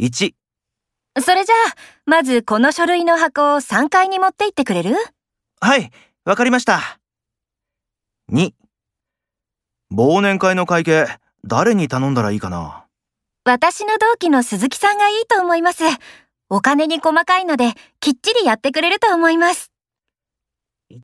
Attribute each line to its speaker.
Speaker 1: 1、
Speaker 2: それじゃあ、まずこの書類の箱を3階に持って行ってくれる
Speaker 1: はい、わかりました。2、忘年会の会計、誰に頼んだらいいかな
Speaker 2: 私の同期の鈴木さんがいいと思います。お金に細かいので、きっちりやってくれると思います。